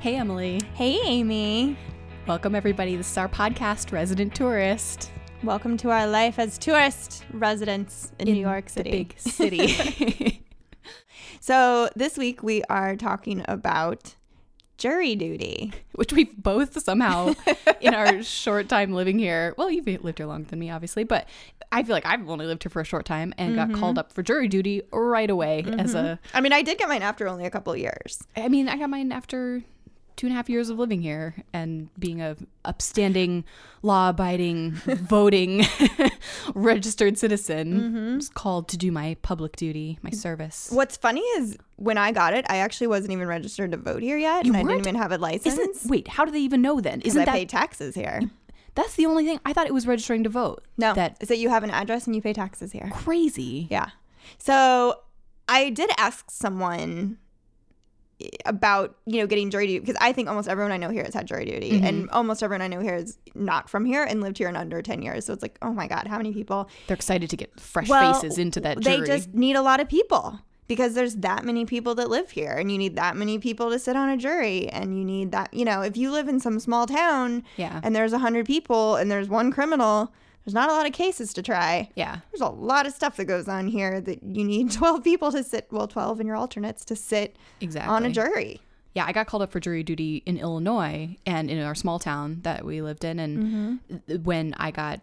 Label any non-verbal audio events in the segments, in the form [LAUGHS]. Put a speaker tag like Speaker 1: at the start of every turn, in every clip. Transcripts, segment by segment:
Speaker 1: Hey, Emily.
Speaker 2: Hey, Amy.
Speaker 1: Welcome, everybody. This is our podcast, Resident Tourist
Speaker 2: Welcome to our life as tourist residents in, New York City.
Speaker 1: The
Speaker 2: [LAUGHS]
Speaker 1: big city.
Speaker 2: So, this week we are talking about jury duty.
Speaker 1: Which we've both somehow, in our short time living here, well, you've lived here longer than me, obviously, but I feel like I've only lived here for a short time and got called up for jury duty right away as a.
Speaker 2: I mean, I did get mine after only a couple of years.
Speaker 1: I mean, I got mine after two and a half years of living here and being a upstanding, law abiding, voting, [LAUGHS] registered citizen. Was called to do my public duty, my service.
Speaker 2: What's funny is when I got it, I actually wasn't even registered to vote here yet, and I
Speaker 1: weren't?
Speaker 2: didn't even have a license.
Speaker 1: Isn't wait? How do they even know then?
Speaker 2: 'cause
Speaker 1: Isn't
Speaker 2: I
Speaker 1: that
Speaker 2: pay taxes here.
Speaker 1: that's the only thing I thought it was registering to vote?
Speaker 2: No,
Speaker 1: that
Speaker 2: is that you have an address and you pay taxes here.
Speaker 1: crazy.
Speaker 2: Yeah. So I did ask someone eh, about, you know, getting jury duty because I think almost everyone I know here has had jury duty and almost everyone I know here is not from here and lived here in under 10 years. So it's like, oh my God, how many people?
Speaker 1: They're excited to get fresh
Speaker 2: Well,
Speaker 1: faces into that jury.
Speaker 2: They just need a lot of people because there's that many people that live here and you need that many people to sit on a jury and you need that, you know, if you live in some small town
Speaker 1: Yeah.
Speaker 2: and there's 100 people and there's one criminal, there's not a lot of cases to try
Speaker 1: yeah.
Speaker 2: there's a lot of stuff that goes on here that you need [LAUGHS] 12 people to sit well 12 in your alternates to sit
Speaker 1: Exactly.
Speaker 2: on a jury
Speaker 1: yeah, I got called up for jury duty in Illinois and in our small town that we lived in. And th- when I got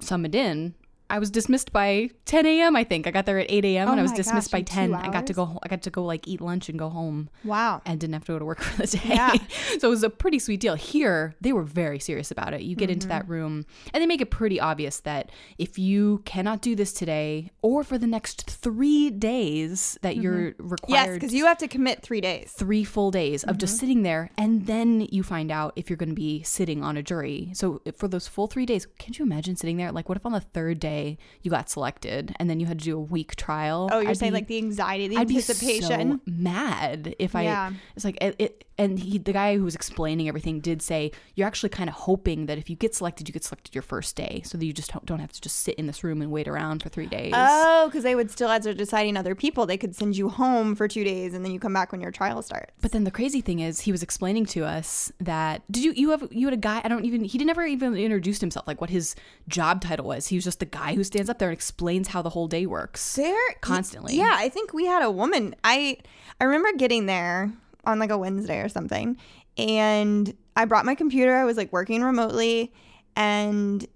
Speaker 1: summoned in, I was dismissed by 10 a.m. I think I got there at 8 a.m. and I was
Speaker 2: my
Speaker 1: dismissed
Speaker 2: gosh,
Speaker 1: by
Speaker 2: in
Speaker 1: 10.
Speaker 2: two
Speaker 1: I got to
Speaker 2: hours?
Speaker 1: go. ho- I got to go like eat lunch and go home,
Speaker 2: wow
Speaker 1: and didn't have to go to work [LAUGHS] for the day.
Speaker 2: Yeah.
Speaker 1: so it was a pretty sweet deal. Here they were very serious about it. You get into
Speaker 2: Mm-hmm.
Speaker 1: that room, and they make it pretty obvious that if you cannot do this today or for the next three days, that you're
Speaker 2: Mm-hmm. yes Mm-hmm.
Speaker 1: required
Speaker 2: because you have to commit three days
Speaker 1: three full days of just sitting there and then you find out if you're going to be sitting on a jury so for those full three days can't you imagine sitting there like what if on the third day you got selected and then you had to do a week trial
Speaker 2: oh you're
Speaker 1: I'd
Speaker 2: saying
Speaker 1: be-
Speaker 2: like the anxiety the
Speaker 1: I'd be
Speaker 2: anticipation
Speaker 1: so mad if I.
Speaker 2: Yeah.
Speaker 1: It's like it, it, and he, the guy who was explaining everything, did say you're actually kind of hoping that if you get selected, you get selected your first day, so that you just don't, don't have to just sit in this room and wait around for three days.
Speaker 2: oh because they would still as they're deciding other people they could send you home for two days and then you come back when your trial starts
Speaker 1: But then the crazy thing is, he was explaining to us that did you you have you had a guy I don't even he didn't ever even introduced himself like what his job title was. He was just the guy who stands up there and explains how the whole day works.
Speaker 2: there
Speaker 1: Constantly.
Speaker 2: yeah i think we had a woman i i remember getting there on like a wednesday or something and i brought my computer i was like working remotely and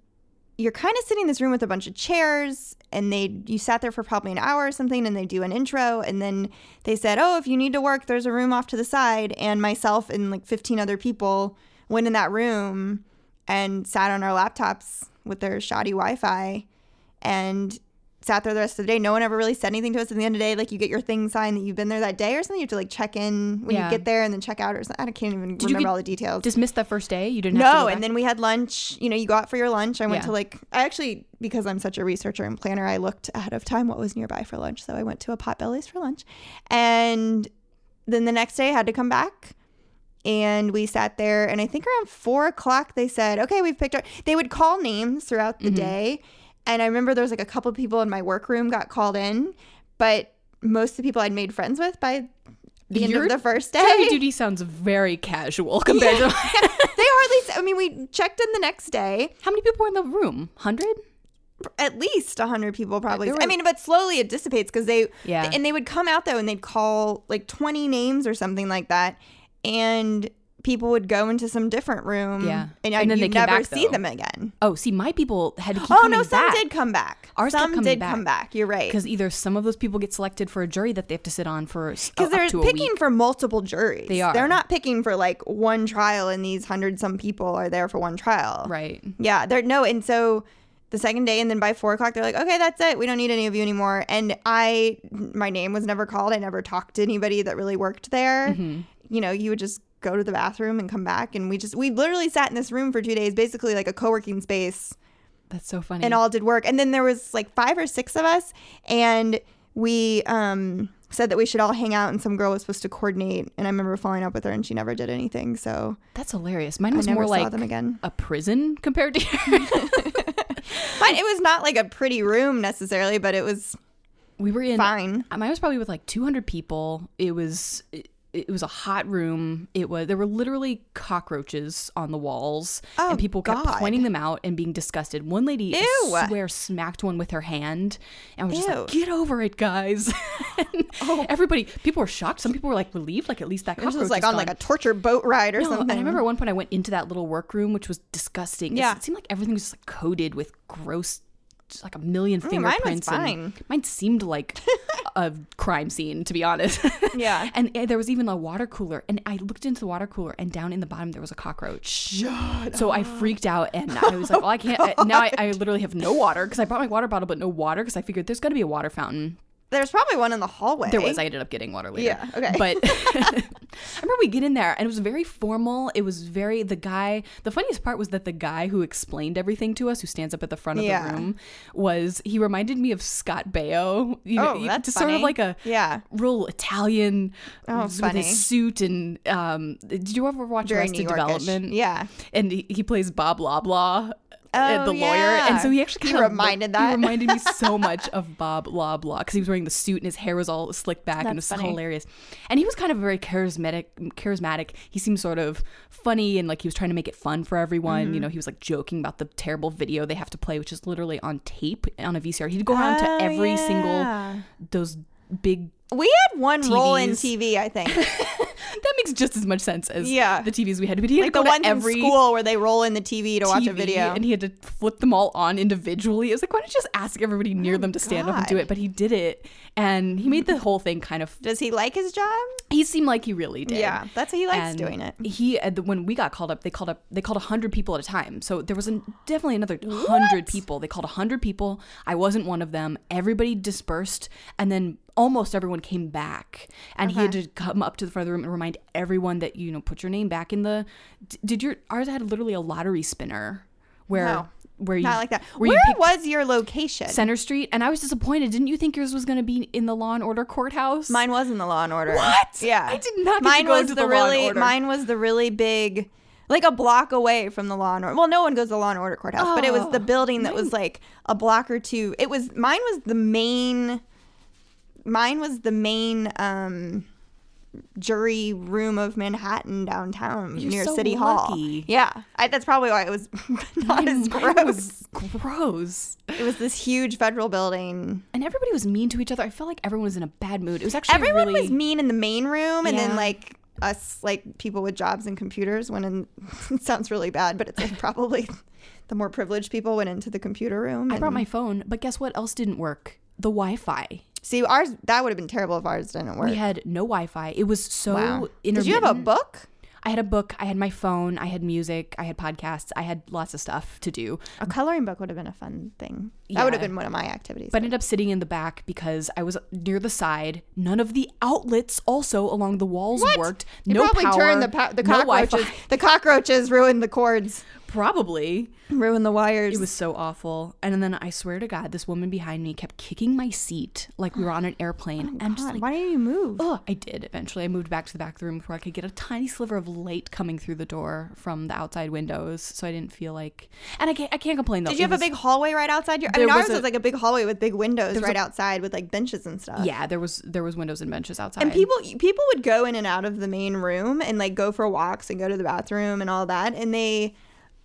Speaker 2: you're kind of sitting in this room with a bunch of chairs and they you sat there for probably an hour or something and they do an intro and then they said oh if you need to work there's a room off to the side and myself and like 15 other people went in that room and sat on our laptops with their shoddy wi-fi and sat there the rest of the day no one ever really said anything to us at the end of the day like you get your thing signed that you've been there that day or something you have to like check in when
Speaker 1: Yeah.
Speaker 2: you get there and then check out or something i can't even
Speaker 1: you
Speaker 2: remember
Speaker 1: get
Speaker 2: all the details
Speaker 1: Dismissed that first day. You didn't. have to
Speaker 2: no,
Speaker 1: go
Speaker 2: and
Speaker 1: back?
Speaker 2: then we had lunch. You know, you go out for your lunch. I went
Speaker 1: Yeah.
Speaker 2: to like I actually because I'm such a researcher and planner, I looked ahead of time what was nearby for lunch. So I went to a Potbelly's for lunch, and then the next day I had to come back, and we sat there. And I think around four o'clock they said, "Okay, we've picked our." They would call names throughout the
Speaker 1: Mm-hmm.
Speaker 2: day, and I remember there was like a couple people in my workroom got called in, but most of the people I'd made friends with by the end
Speaker 1: Your
Speaker 2: of
Speaker 1: [LAUGHS]
Speaker 2: the first day
Speaker 1: Jury duty sounds very casual compared to
Speaker 2: [LAUGHS] they hardly i mean we checked in the next day
Speaker 1: [LAUGHS] how many people were in the room. Hundred.
Speaker 2: at least 100 people probably
Speaker 1: there were-
Speaker 2: i mean but slowly it dissipates because they
Speaker 1: Yeah.
Speaker 2: and they would come out though and they'd call like 20 names or something like that and people would go into some different room
Speaker 1: Yeah.
Speaker 2: and,
Speaker 1: And then
Speaker 2: then
Speaker 1: they
Speaker 2: you'd
Speaker 1: came
Speaker 2: never
Speaker 1: back,
Speaker 2: see
Speaker 1: though.
Speaker 2: them again
Speaker 1: Oh, see, my people had to keep
Speaker 2: oh
Speaker 1: coming
Speaker 2: no some
Speaker 1: back.
Speaker 2: did come back
Speaker 1: Ours kept
Speaker 2: some
Speaker 1: coming
Speaker 2: did
Speaker 1: back.
Speaker 2: come back you're right
Speaker 1: because either some of those people get selected for a jury that they have to sit on for
Speaker 2: because
Speaker 1: because
Speaker 2: they're
Speaker 1: to a week.
Speaker 2: picking for multiple juries
Speaker 1: They are.
Speaker 2: they're not picking for like one trial and these hundred some people are there for one trial
Speaker 1: right.
Speaker 2: Yeah, they're no, and so the second day, and then by four o'clock, they're like, okay, that's it. We don't need any of you anymore. And I, my name was never called. I never talked to anybody that really worked there.
Speaker 1: Mm-hmm.
Speaker 2: You know, you would just go to the bathroom and come back, and we just we literally sat in this room for two days, basically like a co-working space,
Speaker 1: That's so funny.
Speaker 2: and all did work. And then there was like five or six of us, and we um said that we should all hang out, and some girl was supposed to coordinate. And I remember following up with her, and she never did anything. So
Speaker 1: That's hilarious. Mine
Speaker 2: I
Speaker 1: was
Speaker 2: never
Speaker 1: more
Speaker 2: saw
Speaker 1: like
Speaker 2: them again.
Speaker 1: a prison compared to [LAUGHS]
Speaker 2: [LAUGHS]
Speaker 1: yours.
Speaker 2: But it was not like a pretty room necessarily, but it was
Speaker 1: we were in
Speaker 2: fine.
Speaker 1: Uh, Mine was probably with like 200 people. It was. It, it was a hot room. It was there were literally cockroaches on the walls,
Speaker 2: Oh,
Speaker 1: and people
Speaker 2: God.
Speaker 1: kept pointing them out and being disgusted. One lady,
Speaker 2: Ew.
Speaker 1: I swear, smacked one with her hand, and was just like,
Speaker 2: Ew.
Speaker 1: "Get over it, guys!" [LAUGHS] And Everybody, people were shocked. Some people were like relieved, like at least that
Speaker 2: This
Speaker 1: cockroach
Speaker 2: was like
Speaker 1: is
Speaker 2: on
Speaker 1: gone."
Speaker 2: like a torture boat ride or
Speaker 1: No,
Speaker 2: something.
Speaker 1: and I remember at one point I went into that little workroom, which was disgusting. It's-
Speaker 2: Yeah.
Speaker 1: it seemed like everything was just like coated with gross, just like a million
Speaker 2: Mm, mine was
Speaker 1: fingerprints. and-
Speaker 2: fine.
Speaker 1: mine seemed
Speaker 2: [LAUGHS]
Speaker 1: like a crime scene, to be honest. [LAUGHS]
Speaker 2: Yeah.
Speaker 1: and eh, there was even a water cooler, and I looked into the water cooler, and down in the bottom there was a cockroach. So I freaked out, and I was like, "Well, I can't." I- now I,
Speaker 2: [LAUGHS]
Speaker 1: I literally have no water because I brought my water bottle, but no water because I figured there's got to be a water fountain.
Speaker 2: There's probably one in the hallway.
Speaker 1: There was. I ended up getting water later.
Speaker 2: Yeah, okay.
Speaker 1: But
Speaker 2: [LAUGHS]
Speaker 1: [LAUGHS] I remember we get in there and it was very formal. It was very the guy. The funniest part was that the guy who explained everything to us, who stands up at the front of
Speaker 2: Yeah.
Speaker 1: the room, was he reminded me of Scott Baio. You
Speaker 2: Oh,
Speaker 1: you-
Speaker 2: that's
Speaker 1: just sort
Speaker 2: funny.
Speaker 1: of like a
Speaker 2: Yeah.
Speaker 1: real Italian
Speaker 2: Oh,
Speaker 1: with
Speaker 2: funny.
Speaker 1: his suit and um. Did you ever watch
Speaker 2: Very
Speaker 1: Arrested
Speaker 2: New Yorkish.
Speaker 1: Development?
Speaker 2: Yeah.
Speaker 1: and he, he plays Bob Loblaw. uh,
Speaker 2: Oh,
Speaker 1: the lawyer, and
Speaker 2: yeah.
Speaker 1: so he actually
Speaker 2: He
Speaker 1: kind of
Speaker 2: reminded
Speaker 1: He
Speaker 2: that.
Speaker 1: reminded
Speaker 2: [LAUGHS]
Speaker 1: me so much of Bob Loblaw because he was wearing the suit and his hair was all slicked back and it was
Speaker 2: That's
Speaker 1: so
Speaker 2: funny.
Speaker 1: hilarious. And he was kind of very charismatic. Charismatic. He seemed sort of funny and like he was trying to make it fun for everyone.
Speaker 2: Mm-hmm.
Speaker 1: You know, he was like joking about the terrible video they have to play, which is literally on tape on a VCR. He'd go around
Speaker 2: Oh,
Speaker 1: to every
Speaker 2: yeah.
Speaker 1: single those big [LAUGHS]
Speaker 2: We had one role in
Speaker 1: TVs.
Speaker 2: TV, I
Speaker 1: [LAUGHS]
Speaker 2: think.
Speaker 1: that makes just as much sense as
Speaker 2: Yeah.
Speaker 1: the TVs we had, but he had
Speaker 2: like
Speaker 1: to
Speaker 2: the
Speaker 1: go
Speaker 2: ones
Speaker 1: to every
Speaker 2: in school where they roll in the TV to watch a
Speaker 1: TV,
Speaker 2: video.
Speaker 1: and he had to flip them all on individually. It was like, why don't you just ask everybody near them to stand up and do
Speaker 2: Oh God.
Speaker 1: it? But he did it, and he made the whole thing kind of.
Speaker 2: Does he like his job?
Speaker 1: He seemed like he really did.
Speaker 2: Yeah, that's he likes
Speaker 1: And
Speaker 2: doing it.
Speaker 1: He uh, the- when we got called up, they called up. They called hundred people at a time. So there was an, definitely another hundred people. They called hundred people. I wasn't one of them. Everybody dispersed, and then almost everyone came back. And he had to come up to the front of the room and remind everyone that you know put your name back in the. d- Did your ours had literally a lottery spinner where
Speaker 2: No,
Speaker 1: where you
Speaker 2: Not like that.
Speaker 1: where you
Speaker 2: Where
Speaker 1: pick
Speaker 2: was your location?
Speaker 1: Center Street, and I was disappointed. Didn't you think yours was going to be in the Law and Order courthouse? [LAUGHS]
Speaker 2: Mine was in the Law and Order.
Speaker 1: What?
Speaker 2: Yeah,
Speaker 1: I did not get to
Speaker 2: Mine
Speaker 1: go
Speaker 2: was
Speaker 1: to
Speaker 2: the
Speaker 1: the Law and
Speaker 2: really.
Speaker 1: Order.
Speaker 2: Mine was the really big, like a block away from the Law and Order. Well, no one goes to the Law and Order courthouse, but it was the
Speaker 1: Oh,
Speaker 2: building that was like a block or two. It was mine was the main. Mine was the main um, jury room of Manhattan downtown
Speaker 1: You're
Speaker 2: near
Speaker 1: so
Speaker 2: City Hall.
Speaker 1: lucky.
Speaker 2: Yeah, I, that's probably why it was [LAUGHS] not
Speaker 1: Mine-
Speaker 2: as
Speaker 1: mine
Speaker 2: gross.
Speaker 1: was gross.
Speaker 2: It was this huge federal building.
Speaker 1: and everybody was mean to each other. I felt like everyone was in a bad mood. It was actually
Speaker 2: Everyone
Speaker 1: really,
Speaker 2: was mean in the main room, and then
Speaker 1: Yeah.
Speaker 2: like us, like people with jobs and computers, went in. [LAUGHS] it sounds really bad, but it's
Speaker 1: [LAUGHS]
Speaker 2: like probably the more privileged people went into the computer room.
Speaker 1: I
Speaker 2: and-
Speaker 1: brought my phone, but guess what else didn't work? The Wi-Fi.
Speaker 2: see ours. That would have been terrible if ours didn't work.
Speaker 1: We had no Wi-Fi. It was so
Speaker 2: wow.
Speaker 1: intermittent.
Speaker 2: Did you have a book?
Speaker 1: I had a book. I had my phone. I had music. I had podcasts. I had lots of stuff to do.
Speaker 2: A coloring book would have been a fun thing. That would have
Speaker 1: Yeah.
Speaker 2: been one of my activities.
Speaker 1: But I ended up sitting in the back because I was near the side. None of the outlets also along the walls worked.
Speaker 2: You
Speaker 1: no
Speaker 2: probably
Speaker 1: power.
Speaker 2: turned the pa- the
Speaker 1: no Wi-Fi.
Speaker 2: cockroaches. the cockroaches ruined the cords,
Speaker 1: Probably.
Speaker 2: ruined the wires.
Speaker 1: It was so awful. And then I swear to God, this woman behind me kept kicking my seat like we were
Speaker 2: [GASPS]
Speaker 1: on an airplane. and I'm just
Speaker 2: Oh God,
Speaker 1: like,
Speaker 2: why didn't you move?
Speaker 1: Oh, I did eventually. I moved back to the back of the room where I could get a tiny sliver of light coming through the door from the outside windows, so I didn't feel like. And I can't. I can't complain though.
Speaker 2: Did you
Speaker 1: It
Speaker 2: have a
Speaker 1: was-
Speaker 2: big hallway right outside your? I
Speaker 1: There
Speaker 2: mean, ours
Speaker 1: was
Speaker 2: was,
Speaker 1: a-
Speaker 2: like a big hallway with big windows
Speaker 1: There was
Speaker 2: right
Speaker 1: a-
Speaker 2: outside with like benches and stuff.
Speaker 1: Yeah, there was there was windows and benches outside.
Speaker 2: And people people would go in and out of the main room and like go for walks and go to the bathroom and all that. And they,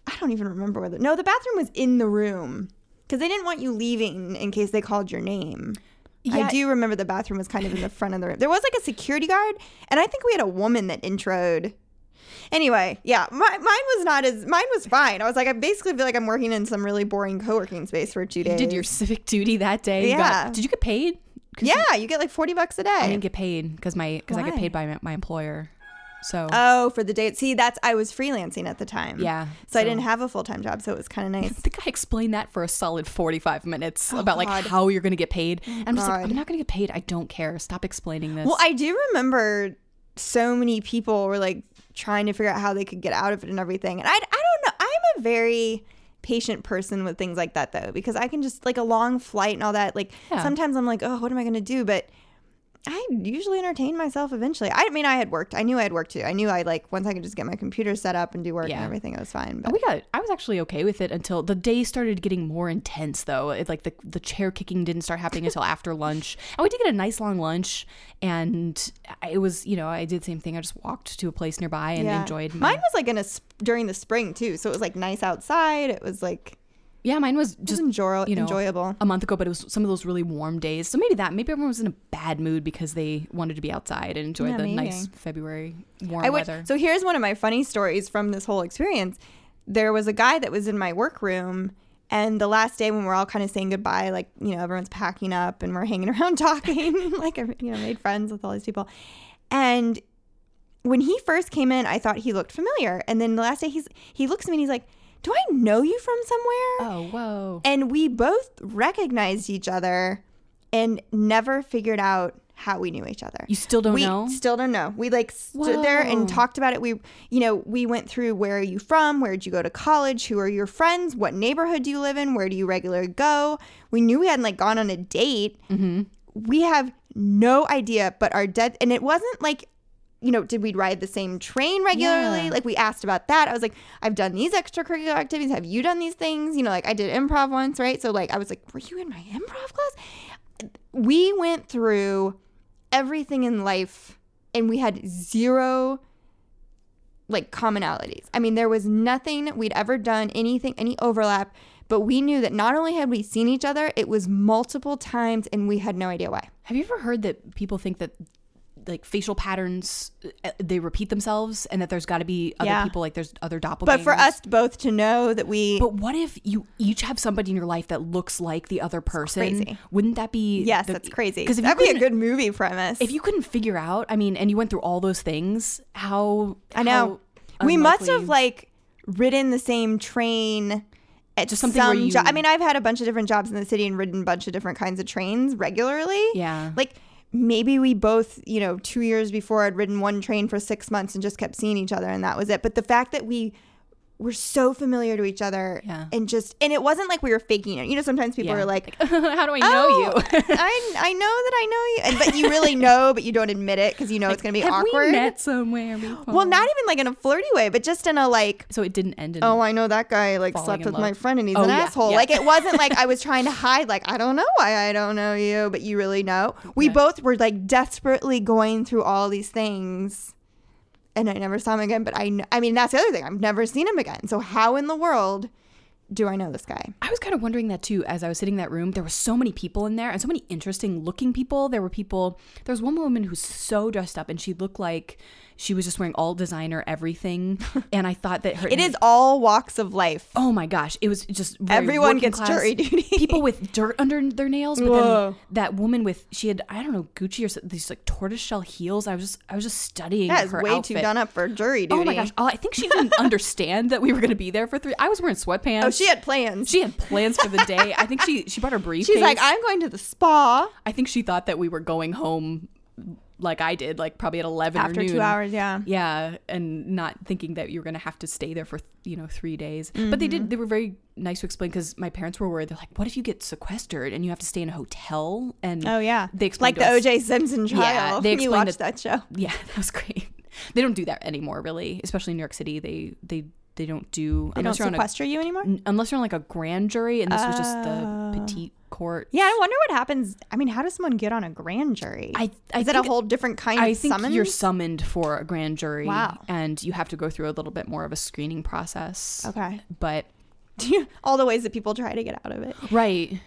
Speaker 2: I don't even remember whether no, the bathroom was in the room because they didn't want you leaving in case they called your name. I
Speaker 1: Yeah.
Speaker 2: do remember the bathroom was kind of in the front of the room. There was like a security guard, and I think we had a woman that introed. Anyway, yeah, my, mine was not as mine was fine. I was like, I basically feel like I'm working in some really boring co-working space for two
Speaker 1: You
Speaker 2: days.
Speaker 1: did your civic duty that day. You got-
Speaker 2: Yeah.
Speaker 1: did you get paid? 'Cause
Speaker 2: yeah, you get like forty bucks a day.
Speaker 1: I didn't get paid because my because I get
Speaker 2: Why?
Speaker 1: paid by my, my employer. So
Speaker 2: Oh, for the date. See, that's I was freelancing at the time.
Speaker 1: Yeah,
Speaker 2: So, I
Speaker 1: so-
Speaker 2: didn't have a full time job, so it was kind of
Speaker 1: I
Speaker 2: nice.
Speaker 1: [LAUGHS] think I explained that for a solid 45 minutes about like
Speaker 2: Oh, God. Oh,
Speaker 1: how you're going to get paid. And I'm just like,
Speaker 2: God.
Speaker 1: I'm not going to get paid. I don't care. Stop explaining this.
Speaker 2: Well, I do remember so many people were like trying to figure out how they could get out of it and everything. And I, I don't know. I'm a very patient person with things like that though, because I can just like a long flight and all that. Like
Speaker 1: Yeah.
Speaker 2: sometimes I'm like, oh, what am I going to do? But I usually entertain myself eventually. I mean, I had worked. I knew I had worked too. I knew I like once I could just get my computer set up and do work and
Speaker 1: Yeah.
Speaker 2: everything. It was fine.
Speaker 1: And
Speaker 2: But
Speaker 1: we got. I was actually okay with it until the day started getting more intense, though. It, like the the chair kicking didn't start happening
Speaker 2: [LAUGHS]
Speaker 1: until after lunch, and we did get a nice long lunch. And I- it was, you know, I did the same thing. I just walked to a place nearby and
Speaker 2: yeah.
Speaker 1: enjoyed my.
Speaker 2: Mine was like in a sp- during the spring too, so it was like nice outside. It was like
Speaker 1: yeah, mine was just
Speaker 2: just enjoy-
Speaker 1: you know,
Speaker 2: enjoyable.
Speaker 1: a month ago, but it was some of those really warm days. So maybe that. Maybe everyone was in a bad mood because they wanted to be outside and enjoy
Speaker 2: Yeah,
Speaker 1: the
Speaker 2: maybe.
Speaker 1: nice February warm
Speaker 2: I would.
Speaker 1: weather.
Speaker 2: So here's one of my funny stories from this whole experience. There was a guy that was in my workroom, and the last day when we're all kind of saying goodbye, like you know everyone's packing up and we're hanging [LAUGHS] around talking, like I you know made friends with all these people, and when he first came in, I thought he looked familiar, and then the last day he's he looks at me and he's like, "Do I know you from somewhere?"
Speaker 1: oh whoa!
Speaker 2: And we both recognized each other, and never figured out how we knew each other
Speaker 1: You still don't
Speaker 2: we
Speaker 1: know.
Speaker 2: still don't know. We like stood there
Speaker 1: Whoa.
Speaker 2: and talked about it. We, you know, we went through where are you from? Where did you go to college? Who are your friends? What neighborhood do you live in? Where do you regularly go? We knew we hadn't like gone on a date. We have no idea, but our dead, and it wasn't like, you know, did we ride the same train regularly?
Speaker 1: Yeah.
Speaker 2: Like we asked about that. I was like, I've done these extracurricular activities. Have you done these things? You know, like I did improv once, right? So like I was like, were you in my improv class? We went through everything in life and we had zero like commonalities. I mean, there was nothing we'd ever done, anything, any overlap, but we knew that not only had we seen each other, it was multiple times and we had no idea why.
Speaker 1: Have you ever heard that people think that like facial patterns uh, they repeat themselves and that there's got to be other
Speaker 2: Yeah.
Speaker 1: people like there's other doppelgangers?
Speaker 2: But for us both to know that we
Speaker 1: But what if you each have somebody in your life that looks like the other person?
Speaker 2: crazy.
Speaker 1: Wouldn't that be
Speaker 2: Yes,
Speaker 1: the-
Speaker 2: that's crazy.
Speaker 1: 'cause if you
Speaker 2: That'd be a
Speaker 1: couldn't-
Speaker 2: good movie premise.
Speaker 1: If you couldn't figure out, I mean, and you went through all those things, how
Speaker 2: I know.
Speaker 1: how
Speaker 2: we must
Speaker 1: unlikely-
Speaker 2: have like ridden the same train at just
Speaker 1: something where
Speaker 2: some job. I
Speaker 1: you-
Speaker 2: mean, I've had a bunch of different jobs in the city and ridden a bunch of different kinds of trains regularly.
Speaker 1: Yeah.
Speaker 2: Like maybe we both, you know, 2 years before I'd ridden one train for 6 months and just kept seeing each other and that was it. But the fact that we were so familiar to each other
Speaker 1: Yeah.
Speaker 2: and just and it wasn't like we were faking it. You know, sometimes people
Speaker 1: Yeah.
Speaker 2: are like
Speaker 1: [LAUGHS]
Speaker 2: Oh.
Speaker 1: how do I know
Speaker 2: [LAUGHS]
Speaker 1: you?
Speaker 2: I, I know that I know you, and, but you
Speaker 1: [LAUGHS]
Speaker 2: really know, but you don't admit it because you know it's going to be
Speaker 1: have
Speaker 2: awkward.
Speaker 1: we met somewhere? before?
Speaker 2: Well, not even like in a flirty way, but just in a like,
Speaker 1: so it didn't end in
Speaker 2: oh, I know that guy like
Speaker 1: Falling
Speaker 2: slept
Speaker 1: in
Speaker 2: with my
Speaker 1: love.
Speaker 2: friend and he's
Speaker 1: Oh,
Speaker 2: an
Speaker 1: yeah,
Speaker 2: asshole.
Speaker 1: yeah.
Speaker 2: Like it wasn't like
Speaker 1: [LAUGHS]
Speaker 2: I was trying to hide, like, I don't know why I don't know you, but you really know. We
Speaker 1: Yeah.
Speaker 2: both were like desperately going through all these things. And I never saw him again, but I, kn- I mean, that's the other thing. I've never seen him again. So how in the world do I know this guy?
Speaker 1: I was kind of wondering that too as I was sitting in that room. There were so many people in there and so many interesting looking people. There were people, there was one woman who's so dressed up and she looked like she was just wearing all designer
Speaker 2: [LAUGHS]
Speaker 1: everything. and I thought that her.
Speaker 2: It is all walks of life.
Speaker 1: Oh my gosh. It was just. very
Speaker 2: Everyone
Speaker 1: working
Speaker 2: gets
Speaker 1: class.
Speaker 2: jury duty.
Speaker 1: People
Speaker 2: [LAUGHS]
Speaker 1: with dirt under their nails, but
Speaker 2: Whoa.
Speaker 1: then that woman with she had I don't know Gucci or so- these like tortoiseshell heels. I was just I was just studying
Speaker 2: That is
Speaker 1: her
Speaker 2: way
Speaker 1: outfit.
Speaker 2: too done up for jury duty.
Speaker 1: Oh my gosh! Oh, I think she
Speaker 2: [LAUGHS]
Speaker 1: didn't understand that we were going to be there for three. I was wearing sweatpants.
Speaker 2: Oh, she had plans.
Speaker 1: She had plans for the day. I think she she brought her briefcase.
Speaker 2: [LAUGHS] She's like, I'm going to the spa.
Speaker 1: I think she thought that we were going home, like I did, like probably at eleven or
Speaker 2: After two
Speaker 1: noon.
Speaker 2: hours, yeah.
Speaker 1: Yeah, and not thinking that you were going to have to stay there for you know three days. But they
Speaker 2: Mm-hmm.
Speaker 1: did. They were very nice to explain because my parents were worried. They're like, "What if you get sequestered and you have to stay in a hotel?" And
Speaker 2: Oh yeah,
Speaker 1: they explained
Speaker 2: like
Speaker 1: to
Speaker 2: the
Speaker 1: us-
Speaker 2: O.J. Simpson trial.
Speaker 1: Yeah, they
Speaker 2: you
Speaker 1: explained
Speaker 2: watched
Speaker 1: that-
Speaker 2: that show.
Speaker 1: Yeah, [LAUGHS] that was great. They don't do that anymore, really, especially in New York City. They they they don't do
Speaker 2: They don't
Speaker 1: unless you're on a
Speaker 2: sequester you anymore.
Speaker 1: N- unless you're on like a grand jury, and this was just the
Speaker 2: Oh.
Speaker 1: petite court.
Speaker 2: Yeah, I wonder what happens. I mean, how does someone get on a grand jury?
Speaker 1: I, I
Speaker 2: Is it
Speaker 1: think,
Speaker 2: a whole different kind
Speaker 1: I
Speaker 2: of
Speaker 1: think
Speaker 2: summons?
Speaker 1: you're summoned for a grand jury,
Speaker 2: Wow.
Speaker 1: and you have to go through a little bit more of a screening process.
Speaker 2: okay.
Speaker 1: But
Speaker 2: All the ways that people try to get out of it.
Speaker 1: right,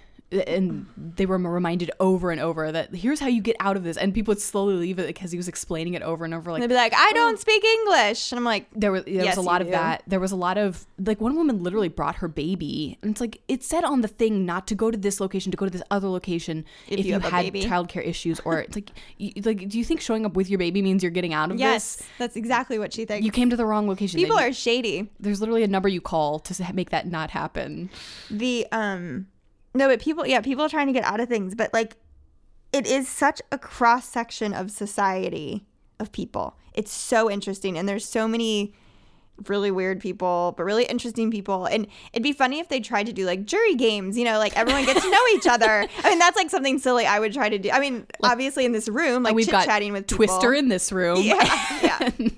Speaker 1: and they were reminded over and over that here's how you get out of this, and people would slowly leave it because he was explaining it over and over, like
Speaker 2: They'd be like, I don't speak English, and I'm like,
Speaker 1: there was there
Speaker 2: Yes,
Speaker 1: was a
Speaker 2: you
Speaker 1: lot of
Speaker 2: do.
Speaker 1: that. There was a lot of like one woman literally brought her baby, and it's like it said on the thing not to go to this location, to go to this other location
Speaker 2: If
Speaker 1: if,
Speaker 2: you
Speaker 1: you,
Speaker 2: have a
Speaker 1: had
Speaker 2: baby.
Speaker 1: childcare issues, or it's like you, like do you think showing up with your baby means you're getting out of
Speaker 2: Yes,
Speaker 1: this?
Speaker 2: that's exactly what she thinks.
Speaker 1: You came to the wrong location.
Speaker 2: people
Speaker 1: They-
Speaker 2: are shady.
Speaker 1: there's literally a number you call to s- make that not happen.
Speaker 2: the um no but people yeah people are trying to get out of things but like it is such a cross section of society of people it's so interesting and there's so many really weird people, but really interesting people. And it'd be funny if they tried to do like jury games, you know, like everyone gets to know
Speaker 1: [LAUGHS]
Speaker 2: each other. I mean, that's like something silly I would try to do. I mean, obviously in this room, like
Speaker 1: we've
Speaker 2: chit
Speaker 1: got
Speaker 2: chatting with people.
Speaker 1: Twister in this room.
Speaker 2: Yeah,
Speaker 1: [LAUGHS]
Speaker 2: yeah. Get to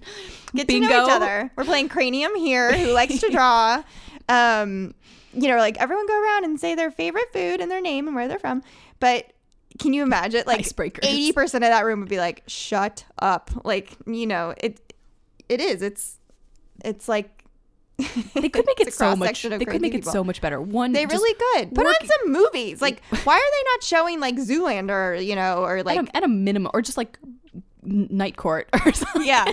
Speaker 2: know
Speaker 1: Bingo.
Speaker 2: each other. We're playing Cranium here, who likes to
Speaker 1: [LAUGHS]
Speaker 2: draw. Um, you know, like everyone go around and say their favorite food and their name and where they're from. But can you imagine like
Speaker 1: Icebreakers.
Speaker 2: 80% of that room would be like, shut up. Like, you know, it it is. It's it's like
Speaker 1: They could
Speaker 2: [LAUGHS]
Speaker 1: make it
Speaker 2: It's a
Speaker 1: so much.
Speaker 2: cross-section
Speaker 1: They
Speaker 2: of
Speaker 1: could
Speaker 2: crazy
Speaker 1: make it
Speaker 2: people.
Speaker 1: so much better. One,
Speaker 2: they
Speaker 1: just-
Speaker 2: really could. Put
Speaker 1: working-
Speaker 2: on some movies. Like, why are they not showing like Zoolander, you know, or
Speaker 1: at
Speaker 2: like
Speaker 1: a, at a minimum, or just like n- night court [LAUGHS] or something.
Speaker 2: yeah.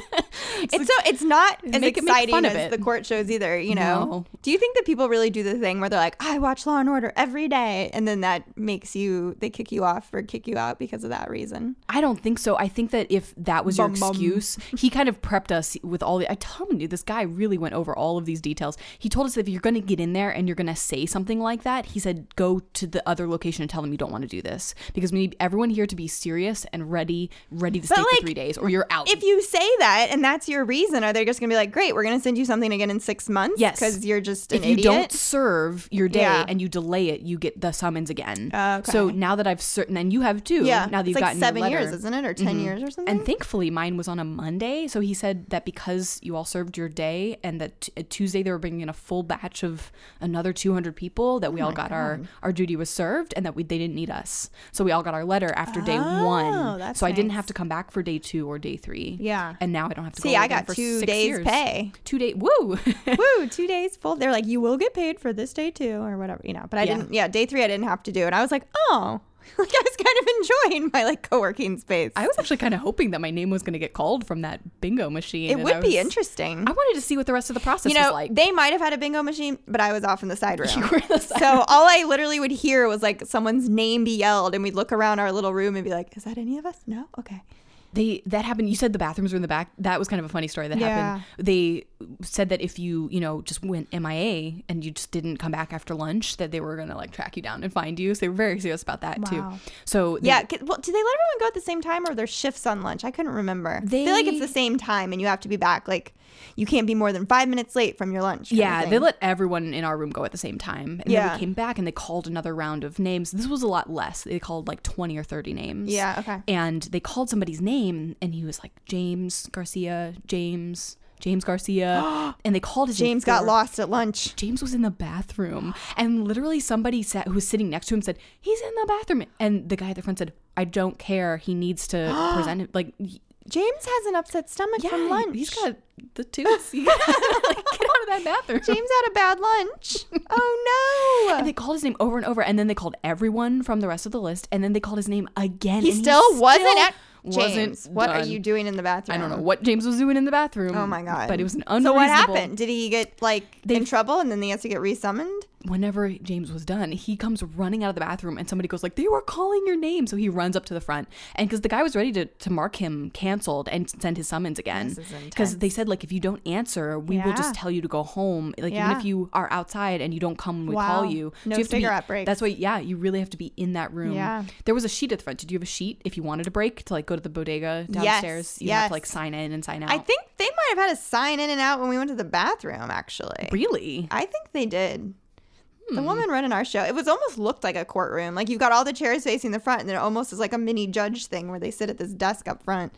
Speaker 2: It's so it's not as
Speaker 1: Make it- make
Speaker 2: exciting
Speaker 1: fun of
Speaker 2: as
Speaker 1: it.
Speaker 2: the court shows either, you know.
Speaker 1: No.
Speaker 2: Do you think that people really do the thing where they're like, I watch Law and Order every day and then that makes you they kick you off or kick you out because of that reason?
Speaker 1: I don't think so. I think that if that was your
Speaker 2: Bum, bum.
Speaker 1: excuse, he kind of prepped us with all the. I told you this guy really went over all of these details. He told us that if you're going to get in there and you're going to say something like that, he said go to the other location and tell them you don't want to do this because we need everyone here to be serious and ready, ready to stay
Speaker 2: like,
Speaker 1: for three days or you're out.
Speaker 2: If you say that and that's your reason, are they just gonna be like, Great, we're gonna send you something again in six months?
Speaker 1: Yes.
Speaker 2: Because you're just an
Speaker 1: if you
Speaker 2: idiot.
Speaker 1: don't serve your day
Speaker 2: Yeah. Oh,
Speaker 1: and you delay it, you get the summons again.
Speaker 2: Okay.
Speaker 1: So now that I've certain, and you have too.
Speaker 2: yeah.
Speaker 1: Now that
Speaker 2: it's
Speaker 1: you've
Speaker 2: like
Speaker 1: gotten your
Speaker 2: seven
Speaker 1: letter.
Speaker 2: years, isn't it? Or 10 years or something?
Speaker 1: And thankfully, mine was on a Monday. So he said that because you all served your day and that t- uh, Tuesday they were bringing in a full batch of another 200 people, that we
Speaker 2: Oh
Speaker 1: all got our, our duty was served and that we, they didn't need us. So we all got our letter after day
Speaker 2: Oh,
Speaker 1: one.
Speaker 2: that's
Speaker 1: so I didn't
Speaker 2: nice.
Speaker 1: have to come back for day two or day three.
Speaker 2: Yeah.
Speaker 1: And now I don't have to
Speaker 2: See,
Speaker 1: go
Speaker 2: I
Speaker 1: again
Speaker 2: got
Speaker 1: for
Speaker 2: two
Speaker 1: six
Speaker 2: days
Speaker 1: years.
Speaker 2: pay.
Speaker 1: Two days. Woo. [LAUGHS]
Speaker 2: Woo, two days full. They're like, you will get paid for this day too, or whatever, you know. But I
Speaker 1: Yeah.
Speaker 2: didn't, yeah, day three I didn't have to do. And I was like, oh, [LAUGHS] like I was kind of enjoying my like co working space.
Speaker 1: I was actually kind of hoping that my name was going to get called from that bingo machine.
Speaker 2: it
Speaker 1: and
Speaker 2: would
Speaker 1: I
Speaker 2: be
Speaker 1: was-
Speaker 2: interesting.
Speaker 1: I wanted to see what the rest of the process
Speaker 2: you know,
Speaker 1: was like.
Speaker 2: they might have had a bingo machine, but I was off in
Speaker 1: [LAUGHS]
Speaker 2: the side room.
Speaker 1: were in the side
Speaker 2: so all I literally would hear was like someone's name be yelled, and we'd look around our little room and be like, is that any of us? No? Okay.
Speaker 1: They that happened. You said the bathrooms were in the back. That was kind of a funny story that happened. They said that if you you know just went MIA and you just didn't come back after lunch, that they were gonna like track you down and find you. So they were very serious about that
Speaker 2: Wow.
Speaker 1: too. So they-
Speaker 2: Yeah. 'cause- Well, do they let everyone go at the same time or are there shifts on lunch? I couldn't remember. I feel like it's
Speaker 1: They-
Speaker 2: the same time and you have to be back. Like, you can't be more than five minutes late from your lunch. kind of
Speaker 1: Yeah, they
Speaker 2: thing.
Speaker 1: let everyone in our room go at the same time. And then
Speaker 2: Yeah.
Speaker 1: we came back and they called another round of names. This was a lot less. They called like 20 or 30 names.
Speaker 2: Yeah, okay.
Speaker 1: And they called somebody's name and he was like James Garcia, James, James
Speaker 2: [GASPS]
Speaker 1: Garcia. and they called his name
Speaker 2: James got
Speaker 1: four-
Speaker 2: lost at lunch.
Speaker 1: James was in the bathroom, and literally somebody sat, who was sitting next to him said, "He's in the bathroom," and the guy at the front said, "I don't care. He needs
Speaker 2: [GASPS]
Speaker 1: to present it." Like, y-
Speaker 2: James has an upset stomach
Speaker 1: yeah,
Speaker 2: from lunch.
Speaker 1: he's got the toots. [LAUGHS] He- like, get out of that bathroom.
Speaker 2: James had a
Speaker 1: [LAUGHS]
Speaker 2: bad lunch. oh no.
Speaker 1: And they called his name over and over, and then they called everyone from the rest of the list, and then they called his name again.
Speaker 2: he
Speaker 1: and
Speaker 2: still wasn't
Speaker 1: still
Speaker 2: at
Speaker 1: wasn't
Speaker 2: James. What are
Speaker 1: done.
Speaker 2: you doing in the bathroom?
Speaker 1: I don't know what James was doing in the bathroom.
Speaker 2: Oh my god.
Speaker 1: But it was an
Speaker 2: So
Speaker 1: unreasonable.
Speaker 2: what happened? Did he get like in
Speaker 1: They've-
Speaker 2: trouble and then he has to get resummoned?
Speaker 1: whenever James was done, he comes running out of the bathroom and somebody goes like, "They were calling your name." So he runs up to the front and because the guy was ready to to mark him canceled and send his summons again
Speaker 2: This is
Speaker 1: because they said like if you don't answer, we will
Speaker 2: Yeah.
Speaker 1: just tell you to go home. Like even
Speaker 2: Yeah.
Speaker 1: if you are outside and you don't come when we
Speaker 2: Wow.
Speaker 1: call you,
Speaker 2: No
Speaker 1: so you have to be-
Speaker 2: cigarette breaks.
Speaker 1: That's why yeah, you really have to be in that room.
Speaker 2: Yeah.
Speaker 1: There was a sheet at the front. Did you have a sheet if you wanted a break to like go to the bodega
Speaker 2: Yes,
Speaker 1: downstairs? You have
Speaker 2: yes.
Speaker 1: to like sign in and sign out.
Speaker 2: I think they might have had a sign in and out when we went to the bathroom actually.
Speaker 1: really.
Speaker 2: I think they did. The
Speaker 1: Hmm.
Speaker 2: woman running our show, it was almost looked like a courtroom. Like you've got all the chairs facing the front, and it almost is like a mini judge thing where they sit at this desk up front.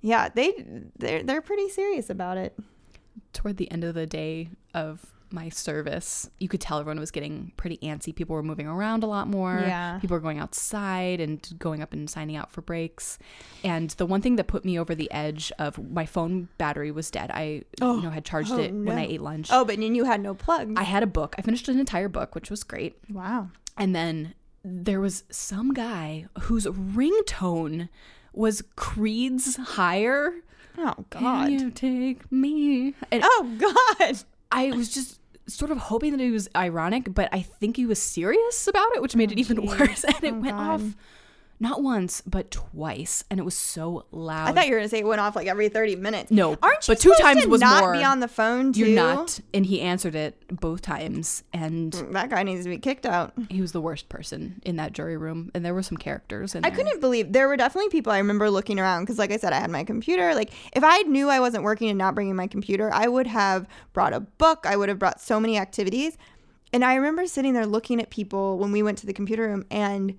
Speaker 2: Yeah, they they're they're pretty serious about it.
Speaker 1: toward the end of the day of my service, you could tell everyone was getting pretty antsy. People were moving around a lot more.
Speaker 2: Yeah.
Speaker 1: People were going outside and going up and signing out for breaks. And the one thing that put me over the edge of my phone battery was dead. I you know had charged
Speaker 2: Oh,
Speaker 1: it when I
Speaker 2: no.
Speaker 1: ate lunch.
Speaker 2: Oh, but then you had no plugs.
Speaker 1: I had a book. I finished an entire book, which was great.
Speaker 2: wow.
Speaker 1: And then there was some guy whose ringtone was Creed's Higher.
Speaker 2: Oh
Speaker 1: Can
Speaker 2: God.
Speaker 1: you take me? And
Speaker 2: oh God.
Speaker 1: I was just sort of hoping that it [LAUGHS] was ironic, but I think he was serious about it, which made it even worse. And it went
Speaker 2: God.
Speaker 1: off not once, but twice. And it was so loud.
Speaker 2: I thought you were gonna say it went off like every thirty minutes.
Speaker 1: Um, No,
Speaker 2: aren't you?
Speaker 1: but two
Speaker 2: supposed
Speaker 1: times
Speaker 2: to
Speaker 1: was
Speaker 2: not
Speaker 1: more.
Speaker 2: be on the phone. Too?
Speaker 1: You're not. And he answered it both times. And
Speaker 2: That guy needs to be kicked out.
Speaker 1: he was the worst person in that jury room. And there were some characters. In
Speaker 2: I
Speaker 1: there.
Speaker 2: couldn't believe there were definitely people I remember looking around because, like I said, I had my computer. Like, if I knew I wasn't working and not bringing my computer, I would have brought a book, I would have brought so many activities. And I remember sitting there looking at people when we went to the computer room and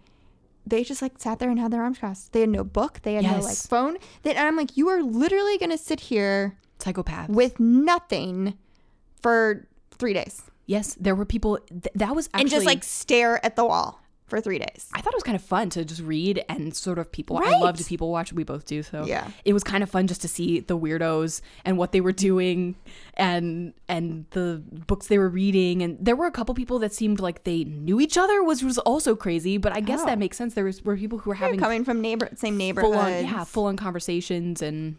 Speaker 2: they just like sat there and had their arms crossed. They had no book, they had no like
Speaker 1: Yes.
Speaker 2: phone. They, and I'm like, you are literally going to sit here
Speaker 1: Psychopath.
Speaker 2: with nothing for three days
Speaker 1: yes, there were people. Th- that was actually.
Speaker 2: and just like stare at the wall for three days.
Speaker 1: I thought it was kind of fun to just read and sort of people. I
Speaker 2: Right.
Speaker 1: love to people watch. We both do. So
Speaker 2: Yeah.
Speaker 1: it was kind of fun just to see the weirdos and what they were doing, and and the books they were reading. And there were a couple people that seemed like they knew each other, which was also crazy. But I guess
Speaker 2: Oh.
Speaker 1: that makes sense. There was were people who were having
Speaker 2: Coming from neighbor, same neighborhood.
Speaker 1: full on yeah full on conversations and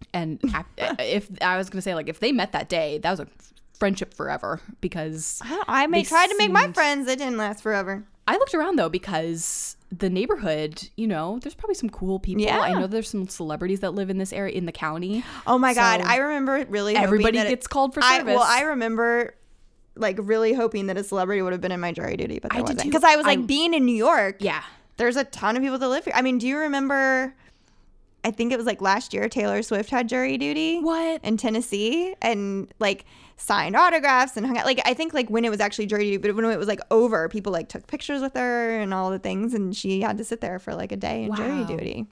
Speaker 2: [LAUGHS]
Speaker 1: and ac- if I was gonna say like if they met that day, that was a friendship forever because
Speaker 2: I, don't- I may
Speaker 1: They
Speaker 2: try to make my
Speaker 1: seemed-
Speaker 2: friends. It didn't last forever.
Speaker 1: I looked around though because the neighborhood, you know, there's probably some cool people.
Speaker 2: Yeah.
Speaker 1: I know there's some celebrities that live in this area in the
Speaker 2: [GASPS]
Speaker 1: county.
Speaker 2: Oh my god!
Speaker 1: So
Speaker 2: I remember really hoping
Speaker 1: everybody
Speaker 2: that it-
Speaker 1: gets called for
Speaker 2: I,
Speaker 1: service.
Speaker 2: well, I remember like really hoping that a celebrity would have been in my jury duty, but
Speaker 1: I
Speaker 2: I
Speaker 1: did
Speaker 2: wasn't
Speaker 1: too.
Speaker 2: because I was like
Speaker 1: I-
Speaker 2: being in New York.
Speaker 1: yeah.
Speaker 2: There's a ton of people that live here. I mean, do you remember? I think it was like last year Taylor Swift had jury duty
Speaker 1: What?
Speaker 2: in Tennessee and like signed autographs and hung out. Like I think like when it was actually jury duty, but when it was like over, people like took pictures with her and all the things, and she had to sit there for like a day in
Speaker 1: Wow.
Speaker 2: jury duty.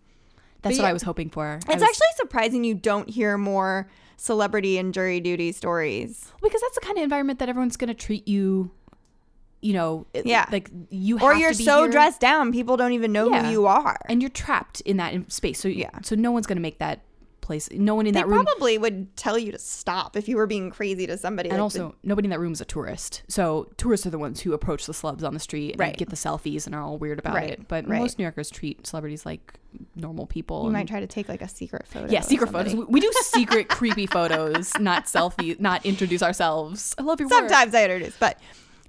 Speaker 1: That's
Speaker 2: But
Speaker 1: what
Speaker 2: yeah.
Speaker 1: I was hoping for. I
Speaker 2: It's
Speaker 1: was-
Speaker 2: actually surprising you don't hear more celebrity and jury duty stories.
Speaker 1: because that's the kind of environment that everyone's going to treat you. You know, it-
Speaker 2: Yeah.
Speaker 1: like you
Speaker 2: Or
Speaker 1: have
Speaker 2: you're
Speaker 1: to be
Speaker 2: so
Speaker 1: here,
Speaker 2: dressed down, people don't even know
Speaker 1: Yeah.
Speaker 2: who you are.
Speaker 1: and you're trapped in that in- space. So yeah,
Speaker 2: Yeah.
Speaker 1: so no one's going to make that place. No one in
Speaker 2: they
Speaker 1: that room,
Speaker 2: probably would tell you to stop if you were being crazy to somebody.
Speaker 1: and
Speaker 2: like,
Speaker 1: also nobody in that room is a tourist. So tourists are the ones who approach the celebs on the street
Speaker 2: Right.
Speaker 1: and get the selfies and are all weird about
Speaker 2: Right,
Speaker 1: it. But
Speaker 2: right.
Speaker 1: most New Yorkers treat celebrities like normal people.
Speaker 2: you
Speaker 1: and-
Speaker 2: might try to take like a secret photo.
Speaker 1: Yeah,
Speaker 2: of
Speaker 1: secret
Speaker 2: somebody.
Speaker 1: photos. We-
Speaker 2: [LAUGHS]
Speaker 1: We do secret creepy photos, not selfie, not introduce ourselves. I love your work.
Speaker 2: Sometimes I introduce, but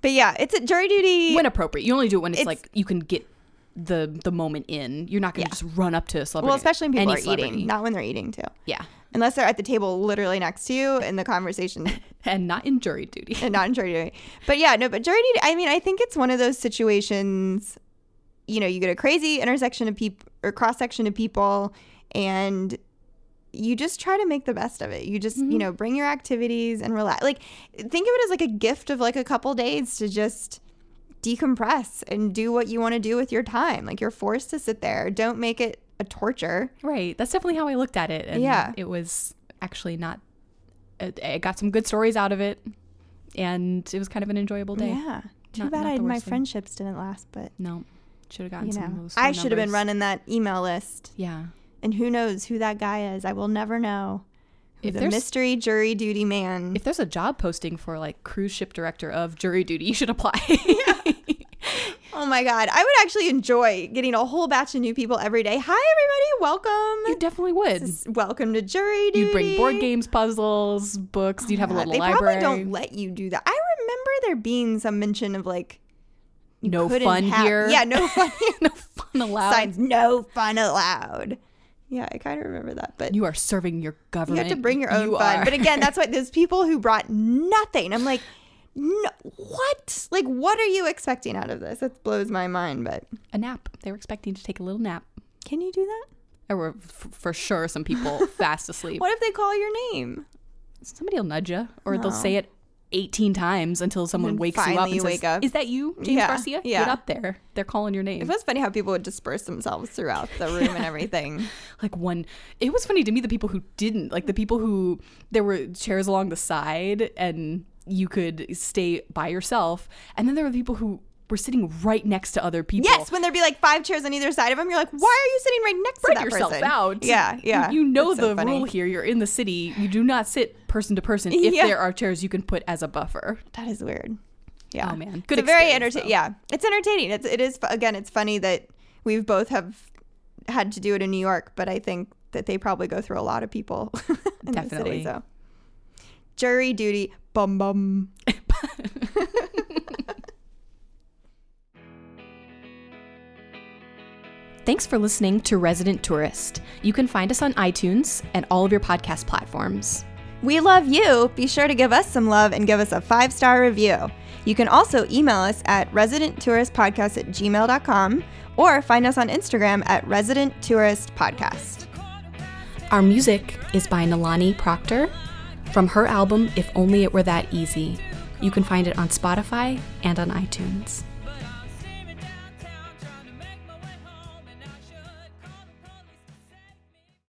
Speaker 2: but yeah, it's a jury duty.
Speaker 1: when appropriate. You only do it when it's,
Speaker 2: It's-
Speaker 1: like you can get the the moment in. You're not going to just run up to a celebrity.
Speaker 2: well, especially when people
Speaker 1: any
Speaker 2: are
Speaker 1: celebrity.
Speaker 2: eating, not when they're eating too.
Speaker 1: yeah,
Speaker 2: Unless they're at the table literally next to you in the conversation
Speaker 1: and not in jury duty.
Speaker 2: and not in jury duty. But yeah, no, but jury duty. I mean, I think it's one of those situations. You know, you get a crazy intersection of people or cross section of people, and you just try to make the best of it. You just
Speaker 1: Mm-hmm.
Speaker 2: you know bring your activities and relax. Like think of it as like a gift of like a couple days to just decompress and do what you want to do with your time. Like you're forced to sit there. Don't make it a torture.
Speaker 1: Right. That's definitely how I looked at it. And
Speaker 2: Yeah.
Speaker 1: It was actually not. It, I got some good stories out of it, and it was kind of an enjoyable day.
Speaker 2: Yeah. Too
Speaker 1: Not-
Speaker 2: bad
Speaker 1: not
Speaker 2: I,
Speaker 1: the
Speaker 2: my
Speaker 1: worst thing.
Speaker 2: friendships didn't last, but
Speaker 1: No, should have gotten
Speaker 2: you
Speaker 1: some. Of
Speaker 2: know,
Speaker 1: those
Speaker 2: I
Speaker 1: phone
Speaker 2: should have been
Speaker 1: numbers.
Speaker 2: running that email list.
Speaker 1: Yeah.
Speaker 2: And who knows who that guy is? I will never know.
Speaker 1: If
Speaker 2: If the
Speaker 1: there's-
Speaker 2: mystery jury duty man.
Speaker 1: If there's a job posting for like cruise ship director of jury duty, you should
Speaker 2: [LAUGHS]
Speaker 1: apply. [LAUGHS]
Speaker 2: oh my god, I would actually enjoy getting a whole batch of new people every day. Hi everybody,
Speaker 1: you
Speaker 2: welcome.
Speaker 1: definitely would.
Speaker 2: This- welcome to jury duty.
Speaker 1: You'd bring board games, puzzles, books. You'd have a
Speaker 2: Oh God,
Speaker 1: little
Speaker 2: they
Speaker 1: library.
Speaker 2: probably don't let you do that. I remember there being some mention of like you
Speaker 1: no
Speaker 2: couldn't
Speaker 1: fun
Speaker 2: have-
Speaker 1: here.
Speaker 2: Yeah, no fun here.
Speaker 1: [LAUGHS] no fun allowed.
Speaker 2: Signs, no fun allowed. Yeah, I kind of remember that, but
Speaker 1: You are serving your
Speaker 2: You
Speaker 1: government.
Speaker 2: have to bring your own
Speaker 1: You
Speaker 2: fun.
Speaker 1: are.
Speaker 2: But
Speaker 1: [LAUGHS]
Speaker 2: again, that's why those people who brought nothing. I'm like, no, what? Like, what are you expecting out of this? That blows my mind. But
Speaker 1: a nap. They were expecting to take a little nap.
Speaker 2: can you do that?
Speaker 1: There were f- for sure some
Speaker 2: [LAUGHS]
Speaker 1: people fast asleep.
Speaker 2: What if they call your name?
Speaker 1: Somebody will nudge you, or they'll
Speaker 2: No.
Speaker 1: say it 18 times until someone
Speaker 2: then
Speaker 1: wakes you up
Speaker 2: finally
Speaker 1: and
Speaker 2: you
Speaker 1: says,
Speaker 2: wake up.
Speaker 1: "Is that you, James
Speaker 2: Yeah,
Speaker 1: Garcia? Get
Speaker 2: yeah.
Speaker 1: up there. They're calling your name."
Speaker 2: It was funny how people would disperse themselves throughout the room [LAUGHS] and everything.
Speaker 1: like one it was funny to me the people who didn't like the people who there were chairs along the side and you could stay by yourself and then there were people who were sitting right next to other people
Speaker 2: Yes, when there'd be like five chairs on either side of them, you're like, why are you sitting right next
Speaker 1: spread
Speaker 2: to that
Speaker 1: yourself
Speaker 2: person?
Speaker 1: out
Speaker 2: Yeah, yeah.
Speaker 1: you know
Speaker 2: That's so
Speaker 1: the
Speaker 2: funny.
Speaker 1: rule here you're in the city you do not sit person to person if
Speaker 2: Yeah.
Speaker 1: there are chairs you can put as a buffer
Speaker 2: That is weird. Yeah.
Speaker 1: Oh, man. Good
Speaker 2: It's a very
Speaker 1: experience,
Speaker 2: entertaining.
Speaker 1: though.
Speaker 2: Yeah, it's entertaining. It's it is fu- again. It's funny that we've both have had to do it in New York, but I think that they probably go through a lot of people. [LAUGHS] in The
Speaker 1: Definitely.
Speaker 2: city, so jury duty. Bum bum.
Speaker 1: Thanks for listening to Resident Tourist. You can find us on iTunes and all of your podcast platforms.
Speaker 2: We love you. Be sure to give us some love and give us a five star review. You can also email us at residenttouristpodcast at gmail.com or find us on Instagram at Resident Tourist Podcast.
Speaker 1: Our music is by Nalani Proctor from her album If Only It Were That Easy. You can find it on Spotify and on iTunes.